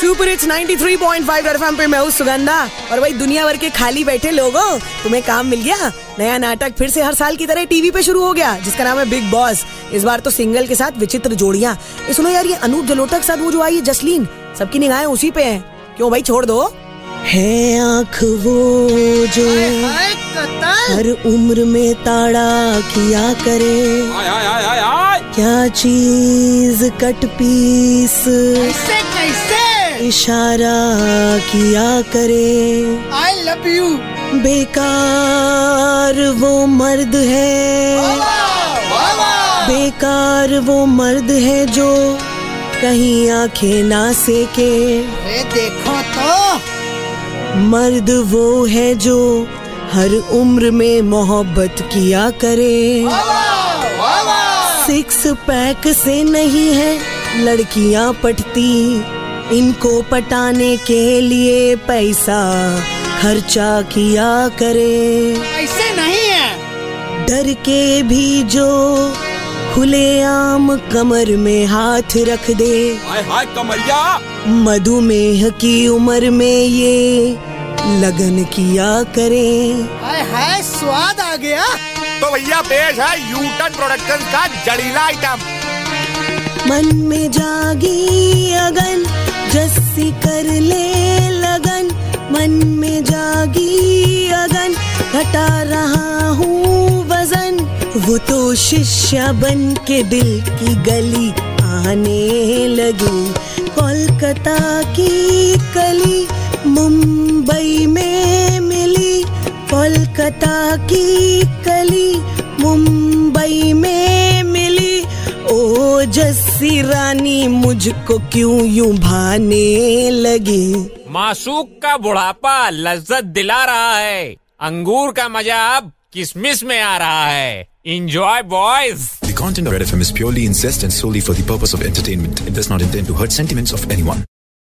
Super it's 93.5 red FM पे मैं हूँ सुगंधा और भाई दुनिया भर के खाली बैठे लोगों तुम्हें काम मिल गया नया नाटक फिर से हर साल की तरह टीवी पे शुरू हो गया जिसका नाम है बिग बॉस इस बार तो सिंगल के साथ विचित्र जोड़ियां ये सुनो यार ये अनूप जलोटा के साथ वो जो आई है जसलीन सबकी निगाहें उसी पे हैं क्यों भाई छोड़ दो है आंख वो जो हर उम्र में ताड़ा किया करे आय आय आय आय आय क्या चीज कट पीस कैसे कैसे इशारा किया करे आई लव यू बेकार वो मर्द है बेकार वो मर्द है जो कहीं आंखें ना सेके अरे देखो तो मर्द वो है जो हर उम्र में मोहब्बत किया करे सिक्स पैक से नहीं है लड़कियां पटती इनको पटाने के लिए पैसा खर्चा किया करे ऐसे नहीं है डर के भी जो खुलेआम कमर में हाथ रख दे आय हाय कमरिया मधुमेह की उम्र में ये लगन किया करे आय हाय स्वाद आ गया तो भैया पेश है यूटन प्रोडक्शन का जड़ीला आइटम मन में जागी अगन जस्सी कर ले लगन मन में जागी अगन घटा रहा हूँ वजन वो तो शिष्या बन के दिल की गली आने लगी कोलकाता की कली मुंबई में मिली कोलकाता की कली मुंबई में मिली ओ जस्सी रानी मुझको क्यों यूं भाने लगी मासूक का बुढ़ापा लज्जत दिला रहा है अंगूर का मजा अब किसमिस में आ रहा है enjoy boys The content of Red FM is purely incest and solely for the purpose of entertainment. It does not intend to hurt sentiments of anyone.